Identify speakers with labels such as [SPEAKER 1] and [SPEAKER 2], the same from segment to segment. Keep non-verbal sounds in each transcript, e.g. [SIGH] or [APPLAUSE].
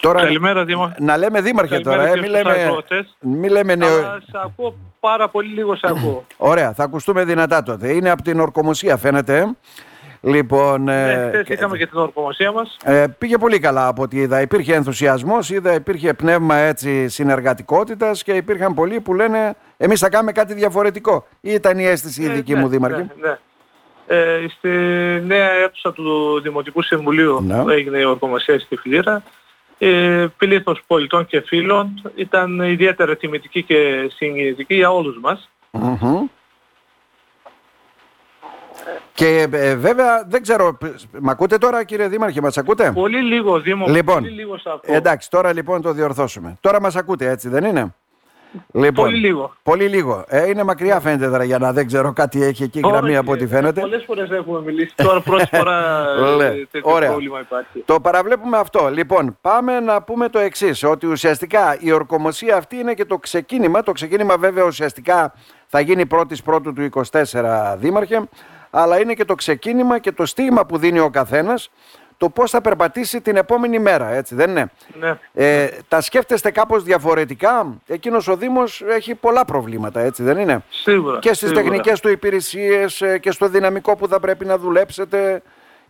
[SPEAKER 1] Τώρα,
[SPEAKER 2] Καλημέρα, Δήμο.
[SPEAKER 1] Να λέμε δήμαρχε
[SPEAKER 2] Καλημέρα
[SPEAKER 1] τώρα, ε,
[SPEAKER 2] και
[SPEAKER 1] μην
[SPEAKER 2] στους
[SPEAKER 1] λέμε,
[SPEAKER 2] ακροατές.
[SPEAKER 1] μη λέμε νεο...
[SPEAKER 2] Αλλά σ' ακούω πάρα πολύ λίγο σ' ακούω.
[SPEAKER 1] Ωραία, θα ακουστούμε δυνατά τότε. Είναι από την ορκομοσία φαίνεται. ε. Λοιπόν,
[SPEAKER 2] ναι,
[SPEAKER 1] ε,
[SPEAKER 2] χθες
[SPEAKER 1] και-
[SPEAKER 2] είχαμε και την ορκομοσία μας.
[SPEAKER 1] ε, πήγε πολύ καλά από ό,τι είδα. Υπήρχε ενθουσιασμός, είδα, υπήρχε πνεύμα έτσι συνεργατικότητας και υπήρχαν πολλοί που λένε εμείς θα κάνουμε κάτι διαφορετικό. Ή ήταν η αίσθηση η
[SPEAKER 2] Ε,
[SPEAKER 1] δική
[SPEAKER 2] ναι,
[SPEAKER 1] μου δήμαρχε.
[SPEAKER 2] Ναι, ναι. Ε, στη νέα αίθουσα του Δημοτικού Συμβουλίου
[SPEAKER 1] Ναι.
[SPEAKER 2] που έγινε η ορκομοσία στη Φιλίρα, ε, πλήθος πολιτών και φίλων ήταν ιδιαίτερα τιμητική και συγκινητική για όλους μας.
[SPEAKER 1] Μμμ. Και ε, βέβαια δεν ξέρω, π- μ' ακούτε τώρα κύριε Δήμαρχε, μας ακούτε.
[SPEAKER 2] Πολύ λίγο, Δήμο,
[SPEAKER 1] Λοιπόν,
[SPEAKER 2] πολύ λίγο σ' ακούω.
[SPEAKER 1] Εντάξει, τώρα λοιπόν το διορθώσουμε. Τώρα μας ακούτε έτσι δεν είναι. Λοιπόν,
[SPEAKER 2] Πολύ λίγο.
[SPEAKER 1] Πολύ λίγο. Ε, είναι μακριά φαίνεται τώρα για να δεν ξέρω κάτι έχει εκεί
[SPEAKER 2] Τώρα
[SPEAKER 1] γραμμή
[SPEAKER 2] και-
[SPEAKER 1] από ό,τι φαίνεται.
[SPEAKER 2] Πολλές φορές έχουμε μιλήσει, τώρα
[SPEAKER 1] [LAUGHS]
[SPEAKER 2] πρώτη φορά ε,
[SPEAKER 1] Λε,
[SPEAKER 2] τέτοιο
[SPEAKER 1] ωραία.
[SPEAKER 2] πρόβλημα υπάρχει.
[SPEAKER 1] Το παραβλέπουμε αυτό. Λοιπόν, πάμε να πούμε το εξής: Ότι ουσιαστικά η ορκομοσία αυτή είναι και το ξεκίνημα. Το ξεκίνημα, βέβαια, ουσιαστικά θα γίνει 1η Πρώτου του 24 Δήμαρχε. Αλλά είναι και το ξεκίνημα και το στίγμα που δίνει ο καθένας το πώς θα περπατήσει την επόμενη μέρα. Έτσι, δεν είναι.
[SPEAKER 2] Ναι.
[SPEAKER 1] Ε, τα σκέφτεστε κάπως διαφορετικά. Εκείνος ο Δήμος έχει πολλά προβλήματα, έτσι δεν είναι.
[SPEAKER 2] Σίγουρα.
[SPEAKER 1] και στις
[SPEAKER 2] σίγουρα.
[SPEAKER 1] τεχνικές του υπηρεσίες ε, και στο δυναμικό που θα πρέπει να δουλέψετε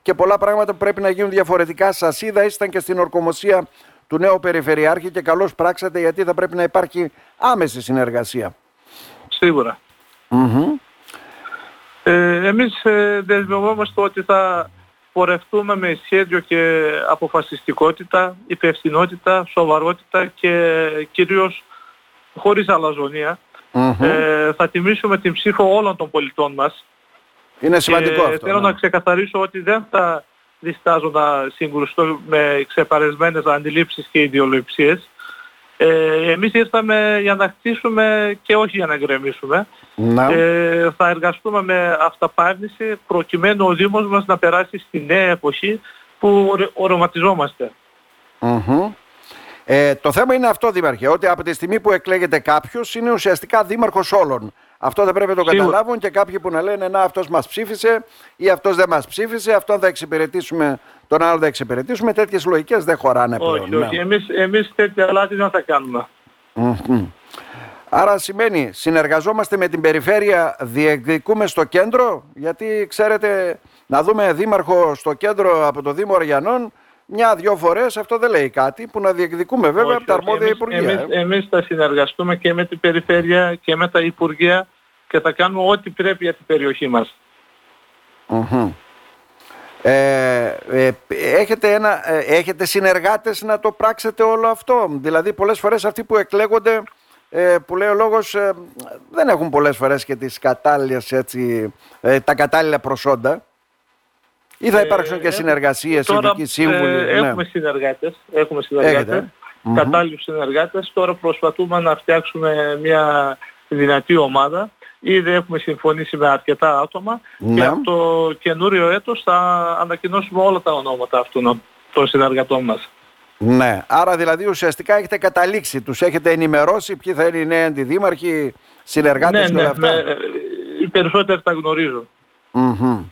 [SPEAKER 1] και πολλά πράγματα που πρέπει να γίνουν διαφορετικά. Σας είδα, ήσταν και στην ορκομοσία του νέου Περιφερειάρχη και καλώς πράξατε γιατί θα πρέπει να υπάρχει άμεση συνεργασία.
[SPEAKER 2] Σίγουρα.
[SPEAKER 1] Μμμ.
[SPEAKER 2] Ε, εμείς ε, δεσμευόμαστε ότι θα πορευτούμε με σχέδιο και αποφασιστικότητα, υπευθυνότητα, σοβαρότητα και κυρίως χωρίς αλαζονία.
[SPEAKER 1] Μμμ.
[SPEAKER 2] Ε, θα τιμήσουμε την ψήφο όλων των πολιτών μας.
[SPEAKER 1] Είναι σημαντικό
[SPEAKER 2] και
[SPEAKER 1] αυτό.
[SPEAKER 2] Ε, Θέλω
[SPEAKER 1] ναι.
[SPEAKER 2] να ξεκαθαρίσω ότι δεν θα διστάζω να συγκρουστώ με ξεπαρεσμένες αντιλήψεις και ιδεολειψίες. Ε, εμείς ήρθαμε για να χτίσουμε και όχι για να γκρεμίσουμε.
[SPEAKER 1] Να.
[SPEAKER 2] Ε, θα εργαστούμε με αυταπάρνηση προκειμένου ο Δήμος μας να περάσει στη νέα εποχή που ορι- οραματιζόμαστε.
[SPEAKER 1] Μμμ. Ε, το θέμα είναι αυτό, Δήμαρχε, ότι από τη στιγμή που εκλέγεται κάποιος είναι ουσιαστικά δήμαρχος όλων. Αυτό θα πρέπει να το
[SPEAKER 2] Σίγουρα.
[SPEAKER 1] καταλάβουν και κάποιοι που να λένε Να, αυτός μας ψήφισε ή αυτός δεν μας ψήφισε, αυτόν θα εξυπηρετήσουμε, τον άλλον θα εξυπηρετήσουμε. Τέτοιες λογικές δεν χωράνε πλέον.
[SPEAKER 2] όχι,
[SPEAKER 1] ναι.
[SPEAKER 2] όχι. Εμείς, εμείς τέτοια λάθη δεν θα κάνουμε.
[SPEAKER 1] Μμμ. Άρα σημαίνει συνεργαζόμαστε με την περιφέρεια, διεκδικούμε στο κέντρο, γιατί ξέρετε να δούμε δήμαρχο στο κέντρο από το Δήμο Οριανών μια-δυο φορές αυτό δεν λέει κάτι που να διεκδικούμε βέβαια
[SPEAKER 2] Όχι,
[SPEAKER 1] από τα
[SPEAKER 2] όχι.
[SPEAKER 1] αρμόδια
[SPEAKER 2] Εμείς-
[SPEAKER 1] υπουργεία. ε.
[SPEAKER 2] Εμείς, εμείς θα συνεργαστούμε και με την Περιφέρεια και με τα Υπουργεία και θα κάνουμε ό,τι πρέπει για την περιοχή μας.
[SPEAKER 1] Μμμ. Ε, ε, έχετε, ένα, ε, έχετε συνεργάτες να το πράξετε όλο αυτό. Δηλαδή πολλές φορές αυτοί που εκλέγονται ε, που λέει ο λόγος ε, δεν έχουν πολλές φορές και τις κατάλληλες έτσι, ε, τα κατάλληλα προσόντα. Ή θα
[SPEAKER 2] Ε,
[SPEAKER 1] υπάρξουν και
[SPEAKER 2] έχουμε-
[SPEAKER 1] συνεργασίες, ειδικοί σύμβουλοι.
[SPEAKER 2] ε,
[SPEAKER 1] ναι.
[SPEAKER 2] έχουμε συνεργάτες, έχουμε συνεργάτες,
[SPEAKER 1] Έχετε.
[SPEAKER 2] κατάλληλους συνεργάτες. Τώρα προσπαθούμε να φτιάξουμε μια δυνατή ομάδα. Ήδη έχουμε συμφωνήσει με αρκετά άτομα
[SPEAKER 1] Ναι.
[SPEAKER 2] και από το καινούριο έτος θα ανακοινώσουμε όλα τα ονόματα αυτών των συνεργατών μας.
[SPEAKER 1] Ναι. Άρα δηλαδή ουσιαστικά έχετε καταλήξει, τους έχετε ενημερώσει ποιοι θα είναι οι νέοι αντιδήμαρχοι, συνεργάτες
[SPEAKER 2] ναι,
[SPEAKER 1] και όλα
[SPEAKER 2] ναι,
[SPEAKER 1] αυτά.
[SPEAKER 2] με- οι περισσότεροι τα γνωρίζουν.
[SPEAKER 1] Μμμ.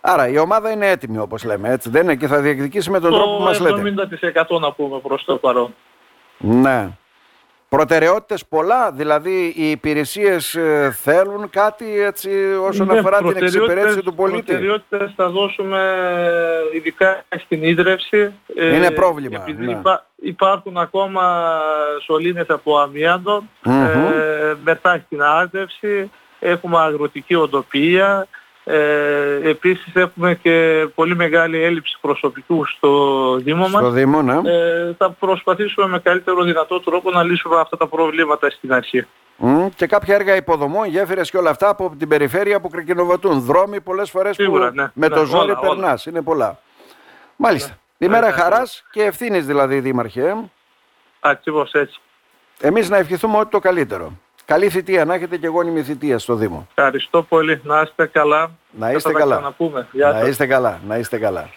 [SPEAKER 1] Άρα η ομάδα είναι έτοιμη όπως λέμε έτσι δεν είναι και θα διεκδικήσει με τον τρόπο που μας
[SPEAKER 2] το
[SPEAKER 1] λέτε.
[SPEAKER 2] 70% να πούμε προς το παρόν.
[SPEAKER 1] Ναι. Προτεραιότητες πολλά, δηλαδή οι υπηρεσίες ε, θέλουν κάτι έτσι όσον
[SPEAKER 2] Ναι,
[SPEAKER 1] αφορά την
[SPEAKER 2] προτεραιότητες-
[SPEAKER 1] εξυπηρέτηση του πολίτη.
[SPEAKER 2] Προτεραιότητες θα δώσουμε ε, ειδικά στην ίδρυυση. ε,
[SPEAKER 1] Είναι πρόβλημα,
[SPEAKER 2] Επειδή
[SPEAKER 1] ναι.
[SPEAKER 2] υπά- υπάρχουν ακόμα σωλήνες από αμοιάντο,
[SPEAKER 1] Μμμ.
[SPEAKER 2] ε, μετά στην άρδευση, έχουμε αγροτική οντοπία, ε, επίσης έχουμε και πολύ μεγάλη έλλειψη προσωπικού στο Δήμο μας.
[SPEAKER 1] Στο Δήμο, ναι.
[SPEAKER 2] Ε, θα προσπαθήσουμε με καλύτερο δυνατό τρόπο να λύσουμε αυτά τα προβλήματα στην αρχή.
[SPEAKER 1] Μμ, Και κάποια έργα υποδομών, γέφυρες και όλα αυτά από την περιφέρεια που κρικινοβατούν. Δρόμοι πολλές φορές
[SPEAKER 2] Σίγουρα,
[SPEAKER 1] που
[SPEAKER 2] ναι,
[SPEAKER 1] με
[SPEAKER 2] ναι,
[SPEAKER 1] το
[SPEAKER 2] όλα,
[SPEAKER 1] ζόρι
[SPEAKER 2] όλα.
[SPEAKER 1] περνάς. Είναι πολλά. Μάλιστα. Ημέρα
[SPEAKER 2] ναι, ναι.
[SPEAKER 1] χαράς και ευθύνης δηλαδή δήμαρχε. ε.
[SPEAKER 2] Ακριβώς έτσι.
[SPEAKER 1] Εμείς να ευχηθούμε ό,τι το καλύτερο. Καλή θητεία να έχετε και γόνιμη θητεία στο Δήμο.
[SPEAKER 2] Ευχαριστώ πολύ. Να είστε καλά.
[SPEAKER 1] Να
[SPEAKER 2] Και
[SPEAKER 1] είστε
[SPEAKER 2] θα τα
[SPEAKER 1] καλά.
[SPEAKER 2] ξαναπούμε. Γεια
[SPEAKER 1] να
[SPEAKER 2] σας.
[SPEAKER 1] είστε καλά, να είστε καλά.